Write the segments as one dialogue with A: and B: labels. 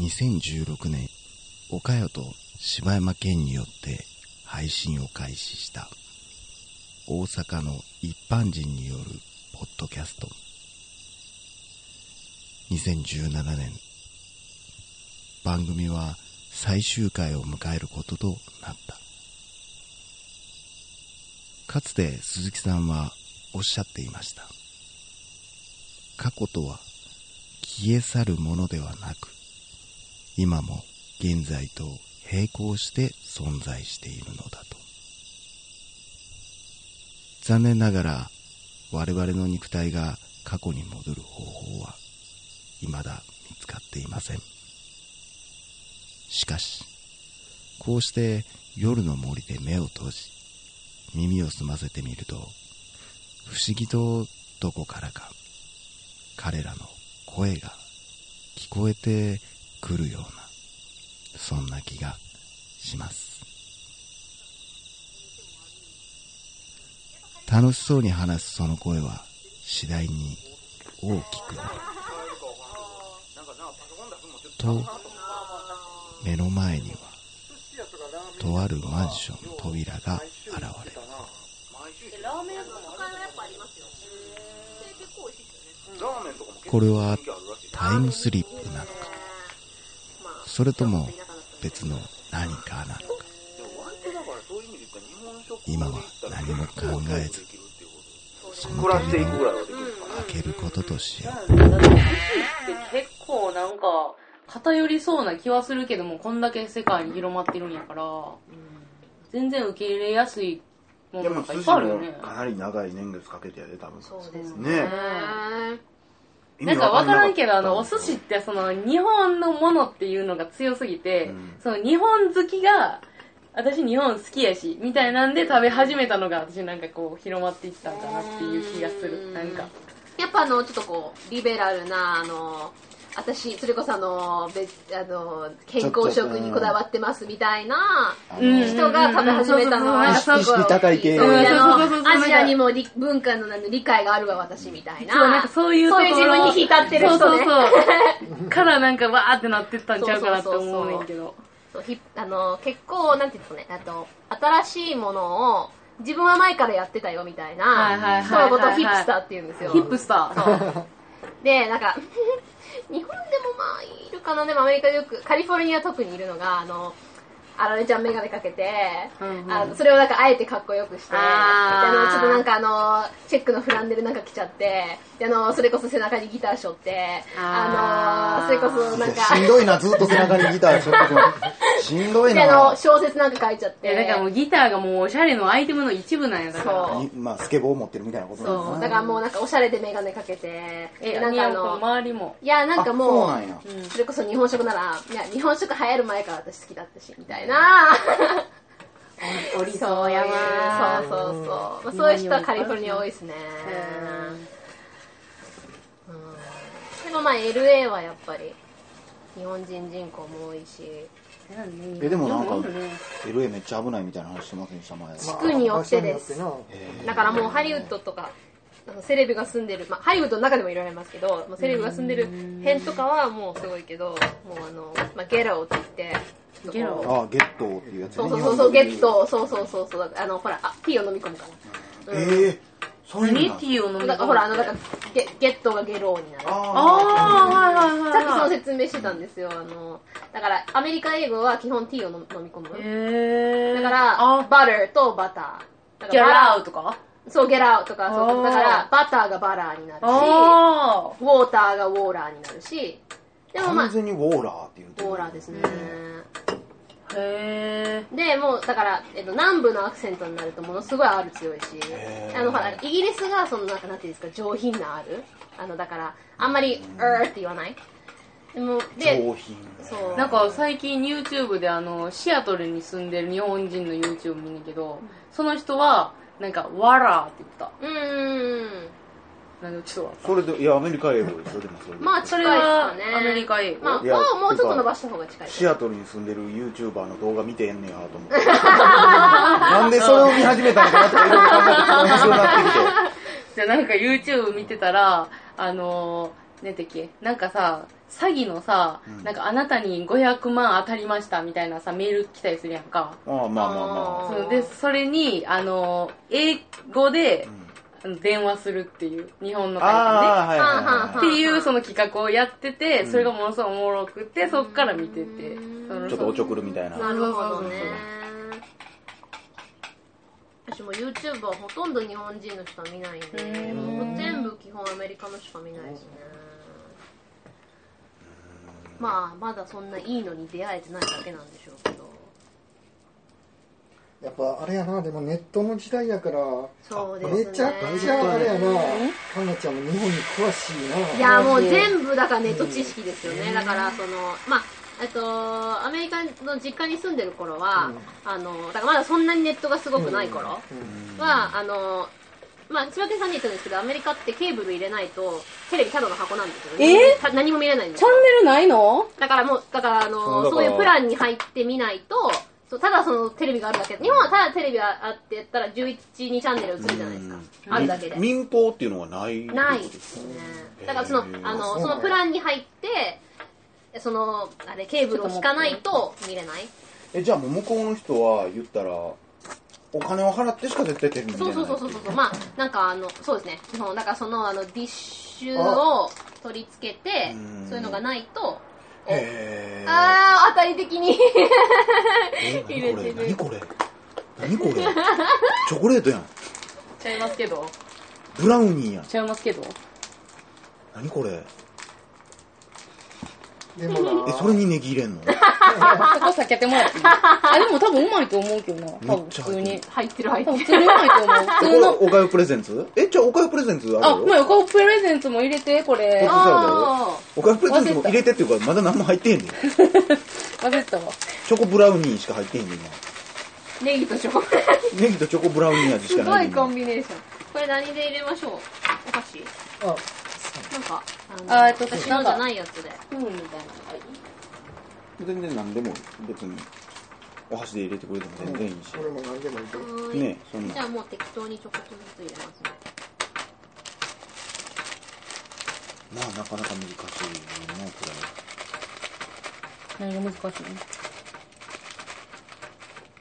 A: 2016年、岡谷と柴山県によって配信を開始した大阪の一般人によるポッドキャスト。2017年、番組は最終回を迎えることとなった。かつて鈴木さんはおっしゃっていました。過去とは消え去るものではなく、今も現在と並行して存在しているのだと。残念ながら我々の肉体が過去に戻る方法は未だ見つかっていません。しかし、こうして夜の森で目を閉じ、耳を澄ませてみると、不思議とどこからか彼らの声が聞こえてくるような、そんな気がします。楽しそうに話すその声は次第に大きくなる。と、目の前にはとあるマンションの扉が現れる。
B: ラーメン屋さんのやっぱありますよ。で結構美味しいですよね。
A: これはタイムスリップなのか、
B: まあ
A: それとも別の何かなのか。今は何も考えず、その扉を開けることとしよう。
C: だって宇宙って結構なんか偏りそうな気はするけどもこんだけ世界に広まってるんやから、全然受け入れやすいも
D: で
C: のな
D: も
C: んかいっ
D: 筋
C: ぱいある
D: も
C: よね
D: かなり長い年月かけてやで多分
B: そうですね。
D: ねえ意
C: な
D: 味
C: んかわ
D: ん
C: から
D: なん
C: けどあのお寿司ってその日本のものっていうのが強すぎて、
D: うん
C: その日本好きが私日本好きやしみたいなんで食べ始めたのが私なんかこう広まっていったんだなっていう気がす
B: う
C: る
B: ん
C: なんか
B: やっぱあの、ちょっとこう、リベラルな、あの、私、それこそあの、別、あの、健康食にこだわってますみたいな
D: あの
C: うん
B: 人が食べ始めたのは、
C: うん
B: やっぱ
D: 意識高い系
B: そうあ
C: うん
B: のアジアにもり文化の理解があるわ、私みたいな。
C: そうなんかそういうところ
B: そういう自分に浸ってる人ね。
C: そうそうそうからなんかわーってなってったんちゃうかなって思うねんけど
B: そうひあの結構なんていうんですかねあと新しいものを自分は前からやってたよみたい
C: はいはいはいはい
B: な人のことをヒップスターって言うんですよ
C: ヒップスター
B: でなんか 日本でもまあいるかなでもアメリカでよくカリフォルニア特にいるのがあのあられちゃんメガネかけて、
C: うんうん
B: あのそれをなんかあえてかっこよくしてで
C: あー
B: あのちょっとなんかあのチェックのフランネルなんか着ちゃってであのそれこそ背中にギターしょって
C: あ
B: あ
C: ー
B: のそれこそなんか
D: しんどいな、ずっと背中にギターしょっててしんどい
B: であの
D: な。
B: 小説なんか書いちゃっ
C: いや
B: て
C: だからもうギターがもうおしゃれのアイテムの一部なんやだから
B: そう
D: にまあ、スケボーを持ってるみたいなこと
B: そ
D: な
B: う、
D: んだ
B: だからもうなんかおしゃれでメガネかけて、
C: え
B: なん
C: み
B: かあ
C: やも
B: の、
C: 周りも
B: いや、なんかもう、
D: あそうなんや
B: うんそれこそ日本食なら、いや、日本食流行る前から私好きだったし、みたいな。
C: おりそうやわ
B: そうそうそう。まあ、そういう人はカリフォルニア多いですね。でもまあ LA はやっぱり、日本人人口も多いし、
D: え、でもなんか
C: うんうん、
D: LA めっちゃ危ないみたいな話してませんでした、前。
B: 地区によってです。
D: え
B: だからもうハリウッドとか、あのセレブが住んでる、まあ、ハリウッドの中でもいられますけど、まあ、セレブが住んでる辺とかはもうすごいけど、もうあの、まあ、ゲロって言って、
C: ゲロ
D: ーあ、ゲットーっていうやつね
B: そうそうそうそう、ゲッ。ト、そうそうそうそう、あの、ほら、あ、ティーを飲み込むから。うん
D: ええ、そういう
C: 何
D: のなん
C: ティーを飲み込む
B: なんかほら、あの、なんか、ゲゲットがゲローになる。さ
D: あ
C: ああーはいはいはい
B: っきその説明してたんですよ、あの、だから、アメリカ英語は基本ティーを飲飲み込む。
C: へえ
B: だから
C: あ、
B: バターとバター。だ
C: ギ
B: か
C: ャ
B: ら
C: ラウとか
B: そう、ゲラーとか、
C: あ
B: そ
C: ー
B: う、だから、バターがバラーになるし、
C: あ
B: ウォーターがウォーラーになるし、で
D: ー
B: もま
D: 完
B: あ、ウォ
D: 全にウォーラーっていう。
B: ーラーですね。
C: あへえ
B: でもうだから、えっと、南部のアクセントになるとものすごい R 強いし
D: へー
B: あのほらイギリスがそのなんかなんていうんですか上品な R あのだからあんまり「er」って言わないでもで
D: 上品。
B: そう
C: なんか最近 YouTube であのシアトルに住んでる日本人の YouTube 見んねんけどその人はなんか「わら」って言ってた
B: うーん
C: なんかちょっと
D: それで、いや、アメリカ英語ですよ、でもそれ。
B: まあ近いですかね
C: それはアメリカ英語
B: まあ
D: いや
B: フォーもうちょっと伸ばした方が近い
D: シアトルに住んでる YouTuber の動画見てんねやと思って。なんでそれを見始めたのかなとかいろいろ考えて面白くなってきて。
C: じゃあなんか YouTube 見てたら、あのーなんてっけなんかさ詐欺のさ、
D: うん
C: なんかあなたに500万当たりましたみたいなさメール来たりするやんか
D: ああまあまあまあ
B: あ
C: そ
B: ー
C: うでそれにあの英語で
D: うん
C: あの電話するっていう日本の会社
D: ああはいはい
C: で
D: は
C: ね
B: ー
C: っていうその企画をやってて、
D: うん
C: それがものすごいおもろくてそっから見てて
B: うん
C: その
D: いちょっとおちょくるみたいな
B: なるほどね
D: そうそう
B: 私も YouTube はほとんど日本人のしか見ないんで
C: うん
B: もう全部基本アメリカのしか見ないですねまあまだそんないいのに出会えてないだけなんでしょうけど
E: やっぱあれやなでもネットの時代やから
B: そうです
E: め
B: ね
E: ちゃくちゃあれやなかんなちゃんも日本に詳しいない
B: やもう全部だからネット知識ですよね、だからそのまあえっとアメリカの実家に住んでる頃は、あのだからまだそんなにネットがすごくない頃は、あのまあ千葉県さんに言ったんですけどアメリカってケーブル入れないとテレビただの箱なんですよね
C: え
B: た何も見れないんです
C: チャ
B: よ
C: ンネルないの
B: だからもうだからあ
D: そうだ
B: の
D: から
B: そういうプランに入ってみないとそうただそのテレビがあるだけ日本はただテレビがあってやったら11にチャンネル映るじゃないですか
D: うん
B: あるだけで
D: 民放っていうのはない
B: ないですね。だからその、あの、そのプランに入って、その、あれ、ケーブルを引かないと見れない。
D: えじゃあもう向こうの人は言ったらお金を払ってしか絶対テレビ見れな
B: そう
D: い
B: そうそうそうそう。まあ、なんかあの、そうですね。そう、なんかその、あの、ディッシュを取り付けて
D: うん、
B: そういうのがないと、
D: へえ
B: あー、当たり的に。
D: え
B: 入れてる
D: 何これ何これ何これチョコレートやん
C: ちゃいますけど
D: ブラウニーやん
C: ちゃいますけど
D: 何これ
E: でも
D: え
E: な
D: それにネギ入れんの
C: そこ避けてもらってい いあでも多分うまいと思うけどな多分普通
D: め
C: に
D: っ
B: 入ってる入っ
C: 多分
B: て
C: 普
B: る。
C: 通にうまいと
D: えこ
C: 思う普通の
D: れおかゆプレゼンツえじゃあおかゆプレゼンツあ
C: あ
D: る
C: まあ
D: よ
C: 横プレゼンツも入れてこれ
D: あ
B: あ
D: おかゆプレゼンツも入れてっていうかまだ何も入ってへんねん
C: 忘れてたわ
D: チョコブラウニーしか入ってへんねん今
B: ー、ネギとしょ。
D: ネギとチョコブラウニー味し
B: す
D: か
B: ご
D: ない
B: い
D: ねん
B: コ
D: 今
B: ンビネーション。これ何で入れましょうお菓子
E: あ
B: なんか、
C: あー
B: あ
C: えっ
B: の、
C: と
B: 私のじゃな
C: なん
B: いやつで。
C: うんみたいな
D: 全然何でも別にお箸で入れてくれても全然いいし
E: これも何でもいいで
B: はーい
D: ねえそん
B: じ
D: な
B: ゃあもう適当にちょこっとずつ入れますね。
D: まあなかなか難しいよねこ
C: 何が難しい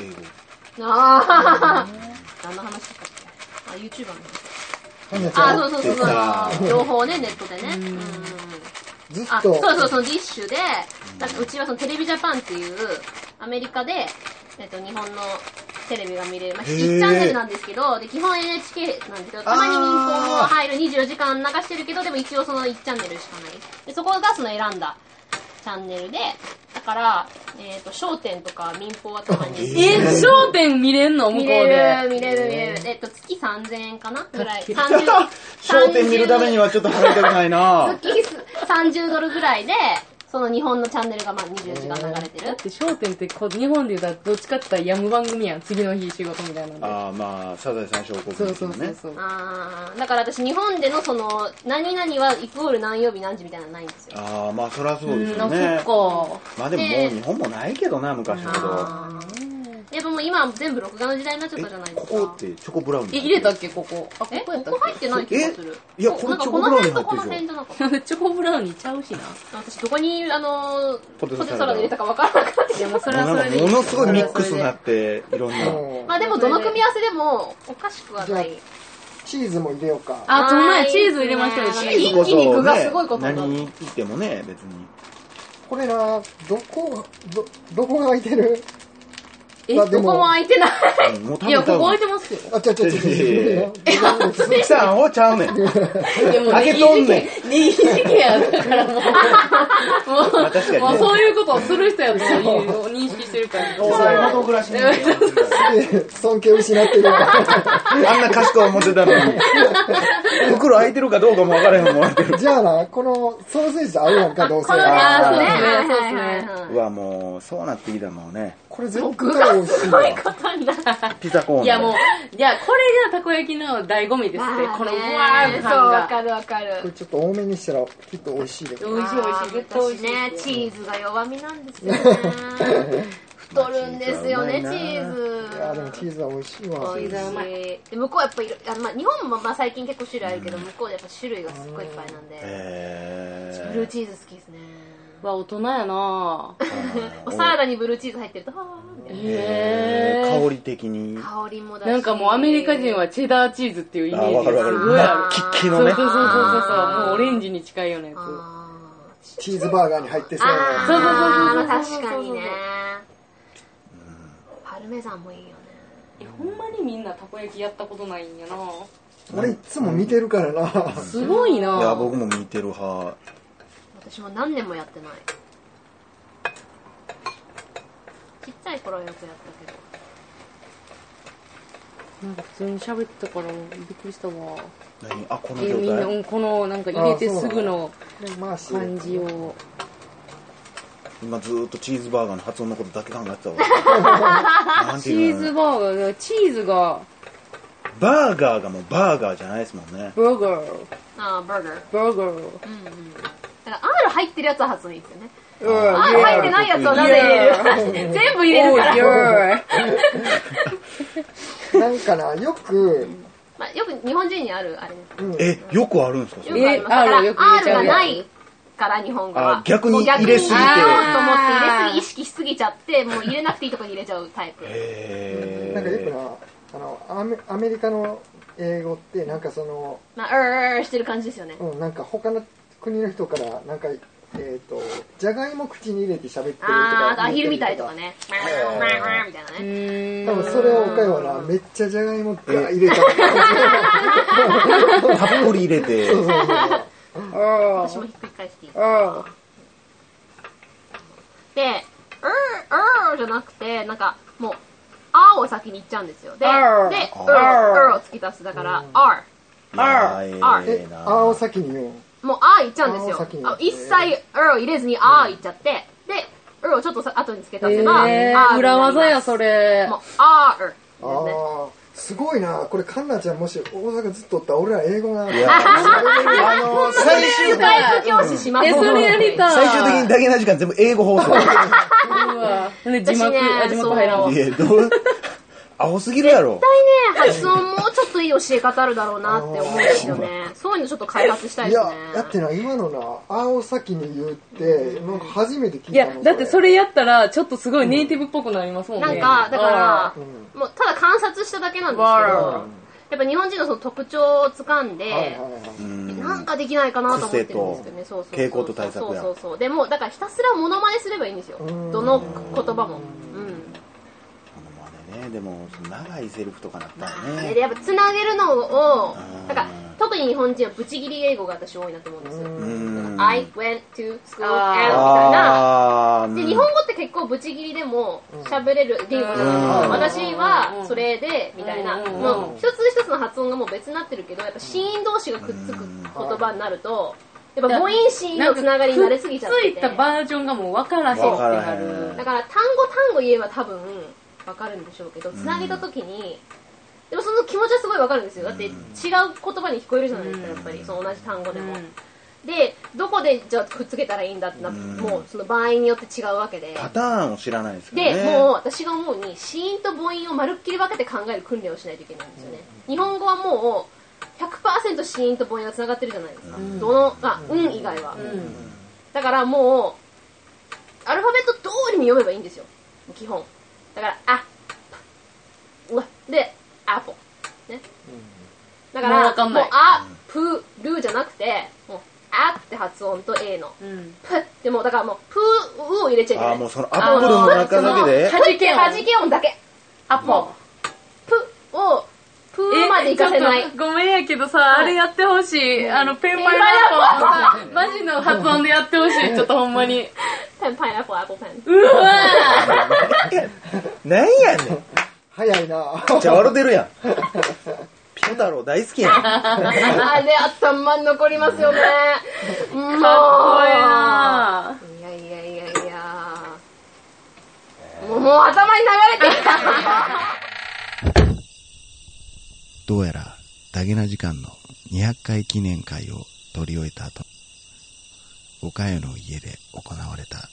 D: れ英語
B: ああ、何の話だったっけあ、YouTuber の話。
E: かんなちゃ
B: あ、
E: ん
B: そうそうそうそう
D: あー。
B: 情報ね、ネットでね。うん
E: ずっ
B: あ、そう
E: と
B: そう、そのディッシュで、だうちはそのテレビジャパンっていう、アメリカで、えっと、日本のテレビが見れる、まあ、
D: へー
B: 1チャンネルなんですけど、で、基本 NHK なんですけど、たまに民放も入る24時間流してるけど、でも一応その1チャンネルしかない。で、そこがその選んだチャンネルで、だから、えっと、商店とか民放はたまに。
C: え焦点見れんの向こう
B: 見れ
C: で
B: る、見れる、見れる。えっと、月3000円かなぐらい。30
D: 焦点見るためにはちょっと払いたくないな
B: 月30ドルぐらいで、その日本のチャンネルがまあ24時間流れてる。
C: で焦点ってこう日本で言うたらどっちかって言ったらやむ番組やん次の日仕事みたいなんで
D: ああまあサザエさん小国
C: そう
D: 民
C: そう
D: の
C: そ
D: ね
C: うそう
B: あーだから私日本でのその、何々はイコール何曜日何時みたいなのないんですよ。
D: ああまあそりゃそうです
C: あ
D: よね
C: そっか
D: まあでももう日本もないけどな昔ほど
B: あーやっぱもう今は全部録画の時代になっちゃっ
D: え
B: たじゃないで
D: こ
B: すか。
D: こってチョコブラウニー
C: え入れたっけここあこ
B: え
C: こやった
B: ここ入ってない気がする。
D: えいや
B: そう
D: これ
B: なんか
D: チョコ
B: この
D: ブラウンに
B: 辺
D: 入
B: と
D: って
B: こ
D: る
B: の
D: でしょ
B: 辺じゃなかった。
C: っけチョコブラウニーちゃうしな
B: 私どこに、あのー、
D: ポテ
B: ポ
D: ト
B: テト
D: サ
B: サ
D: ラダ
B: ラダ入れたかわからなかった。
C: いやもうそれは
D: なん
C: そ
D: か
C: れで
D: ものすごいミックスに
C: に
D: なっていろんな
E: うん
B: まあでもどの組み合わせでもおかしくはない。
E: チーズも入れようか
C: あそんなんや
B: あー
C: チーズ入れましたよ
B: いい
C: チ
B: ね
C: ーズ
B: 一気に具がすごいことになる
D: 何に言ってもね別に
E: これなどこどどこが空いてる
C: え
E: まあで
B: どこも空いてない。
D: うんもう多
C: いや
D: 分
C: こ
D: 多
C: こ空い
D: 分
C: てますよ
E: あちゃちゃちゃちゃ
D: 鈴木さんをちゃうねん開けとんねん
C: 二次元やだからもうもう
D: あ確かにね
C: もうそういうことをする人やという認識してるから
D: お前の暮らしに
E: 尊敬失ってる
D: あんな賢い思ってたのに。袋開いてるかどうかも分からへん思われてる。
E: じゃあなこのソーセージと合うやんかどうせ
B: この
D: あ
B: あ
D: ー
B: ー
C: そうですね
B: はいはいはいはいう
D: わ、もう、そうなってきたもんね。
E: これ絶対美味しいわ
B: ことになる。
D: ピザコーン。
C: いやもういやこれがたこ焼きの醍醐味ですってこのうわー
B: そう、
C: 感
B: わ
C: が
B: かるわかる
E: これ。ちょっと多めにしたらきっと美味しいで
C: 美味しい美味しい絶対美味しい
B: ね
C: で、す
B: チ
C: よ
B: ーズが弱みなんですよね。太るんですよね、チ
D: まあ
B: ー
E: いやでも
B: ズ。
E: チーズは美味しいわ。
B: 美味
C: チーズはうま
B: しい。で、向こうはやっぱいろ、あまあ、日本もまあ最近結構種類あるけど、向こうでやっぱ種類がすっごいいっぱいなんで。
D: え
B: ブルーチーズ好きですね。
C: わ、大人やなぁ。
D: ー
B: サラダにブルーチーズ入ってると、はーみたい
D: え
C: へ
D: ー
C: ー
D: 香り的に
B: な。香りもだし。
C: なんかもうアメリカ人はチェダーチーズっていうイメージが
D: あ
C: す
D: わかる
C: ごい
D: わ
C: あ
D: か
C: る
D: る。
B: あー
D: キッキの
C: そう
D: ね
C: そうそうそうそう
B: あー
C: もうオレンジに近いようなやつ
B: あー
E: チーズバーガーに入ってさ、
B: あ
C: そうそう
B: ー
C: そうそうそう
B: 確かにねパルメザンもいいよね
C: えほんまにみんなたこ焼きやったことないんやな
E: 俺いつも見てるからな。
C: すごいない
D: や僕も見てる派
B: 私も何年もやってないちっちゃい頃はよくやったけど
C: なんか普通に喋ってたからびっくりしたわ
D: 何あこの
C: えみん
D: 状
C: な
D: 態
C: うんこのなんか入れて
E: あそうな
C: す
E: の
C: ぐの
E: まあ、そう
C: 感じを
D: 今ずーっとチーズバーガーの発音のことだけ考えてたわなんて
C: チ
D: いう
C: ー
D: の
C: ズバーガーチーズが
D: バーガーがもうバーガーじゃないですもんね
C: バーガー
B: ああバーガー
C: バーガー
B: うんうんだから R 入ってるやつは発音いいですよね
C: うん
B: R 入ってないやつをなぜ入れる 全部入れるから、
E: なんかな、よく、
B: まあ、よく日本人にあるあれです
E: うん、
D: えよくあるんですかそれ
B: よくありますだか
C: R よく
B: ら
C: 入れ
B: R
C: ちゃ
B: が
C: うやつ
B: ないから日本語は
D: あ逆に
B: もう
D: 入れすぎて
B: 入れようと思って入れすぎ意識しすぎちゃってもう入れなくていいとこに入れちゃうタイプ
D: へー
E: なんかよくな、あのアメ、アメリカの英語って、なんかその、
B: まあ、うーうーしてる感じですよね。
E: うん、なんか他の国の人から、なんか、えっ、と、じゃがいも口に入れて喋ってると
B: あー、
E: か。
B: あとアヒルみたいとか。ね。まあまあまあみたいなね。
C: うん
E: 多分それを岡山はな、めっちゃじゃがいもが入れた。
D: たっぷり入れて
E: そうそうそう。
C: あ
B: 私もひっくり返していいで、う
C: あ
B: ー、うーじゃなくて、なんか、もう、あーを先に言っちゃうんですよ。で、で、う
C: あ
B: ー、
C: ー
B: うーを突き出す。だから、あ
D: いやーえ
E: え
D: え、な
E: あーを先に言う
B: ー。もう、あー言っちゃうんです
E: あーを先に
B: よ。
E: 言う
B: あ一切、うーを入れずに、あー言っちゃって、で、うーをちょっとさ後につけたせば、
C: え
B: あー
C: ー、裏技や、そ
B: れ。
C: れ
B: もう、あー、う
E: あ
B: ーですね。
E: あー、すごいな。これ、カンナちゃんもし大阪ずっとおったら、俺ら英語な。
D: いや
E: あの、最終
B: 体育教師します
C: えそれやりたい
D: 最終的にだけな時間全部英語放送
C: うわで字幕
B: 私ね
C: あ字幕入らんわ
D: いやどうアホすぎるやろ
B: 絶対ね、発音もうちょっといい教え方あるだろうなって思うんですよね。そういうのちょっと開発したい
E: い
B: で
E: や
B: すね。、
E: だってな、今のな、あーを先に言うって、なんか初めて聞
C: い
E: いた
C: や
E: の。
C: だってそれやったらちょっとすごいネイティブっぽくなりますもん
B: なん
C: ね
B: か、だか
E: う
B: ら、もうただ観察しただけなんですけど、
C: わ
B: やっぱ日本人のその特徴を掴んで、
E: はいはいはい。
D: うん
B: なんかできないかなと思ってるんですけどね。そうそうそう
D: 傾向と対策や
B: そうそうそう。でもう、だからひたすらモノマネすればいいんですよ。
E: ん
B: どの言葉も。うん。
D: まあねでもその長いセリフとかなったら
B: で
D: ね
B: やっぱつなげるのを
D: ん、
B: だから特に日本人はブチギリ英語が私多いなと思うんですよ。
D: うん
B: I went to school
C: あ
B: and みた
C: ー
B: いな。
D: あー
B: で、日本語って結構ブチギリでも喋れる言語じゃ
D: うん
B: ないですか。私はそれで、みたいな。
C: うん
B: もう一つ一つの発音がもう別になってるけど、やっぱ子音同士がくっつく言葉になると、やっぱ母音子音のつながりになれすぎちゃって
C: く
B: て。
C: っついた
B: だか
C: バージョンがもう分からへんって
D: 分から
C: な
D: へん
C: る
B: ら単語単語言えば多分わかるんでしょうけど、つなげた時に、でもその気持ちはすごいわかるんですよ。だって違う言葉に聞こえるじゃないですか、やっぱり。その同じ単語でも。で、どこでじゃあくっつけたらいいんだってなって、
D: うん
B: もうその場合によって違うわけで。
D: パターンを知らないですからね
B: で、もう私が思うに、子音と母音をまるっきり分けて考える訓練をしないといけないんですよね。日本語はもう、100%子音と母音が繋がってるじゃないですか。どの、あ、うん以外は。だからもう、アルファベット通りに読めばいいんですよ。基本。だから、あ、うわ、で、アポ。ね。だか
C: もう
B: ら、
C: わかん
B: も、
C: ないう
B: あ、ぷ、るじゃなくて、もう、あって発音と A の、
C: うん
B: ぷってもう、だからもう、ぷうを入れちゃいけない。
D: ああもうそのアップルの中だけで
B: はじけ音。はじけ音だけ。
C: アポ
B: ぷを、ぷーまでいかせない
C: えちょっ。とごめんやけどさあれやってほしいあのペンパイナップルマジの発音でやってほしいちょっとほんまに
B: ペン、パイナップル、アップルペン。
C: うわ
D: なんやねん
E: 早いな。
D: じゃあ笑てるやんピコ太郎大好きやん
B: あれ、頭に残りますよね。もう。
C: かっこええない
B: やいやいやいや。もう、もう頭に流れてきた。
A: どうやら、ダゲな時間の200回記念会を取り終えた後、岡谷の家で行われた、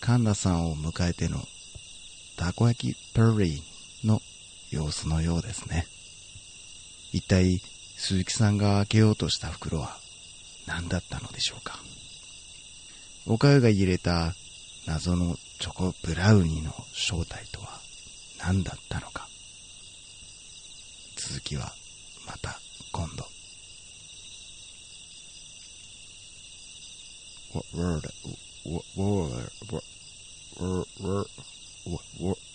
A: 神田さんを迎えてのたこ焼きプリーの様子のようですね。一体、鈴木さんが開けようとした袋は何だったのでしょうか。おかゆが入れた謎のチョコブラウニーの正体とは何だったのか。続きはまた今度。What word? What word? What word? What word?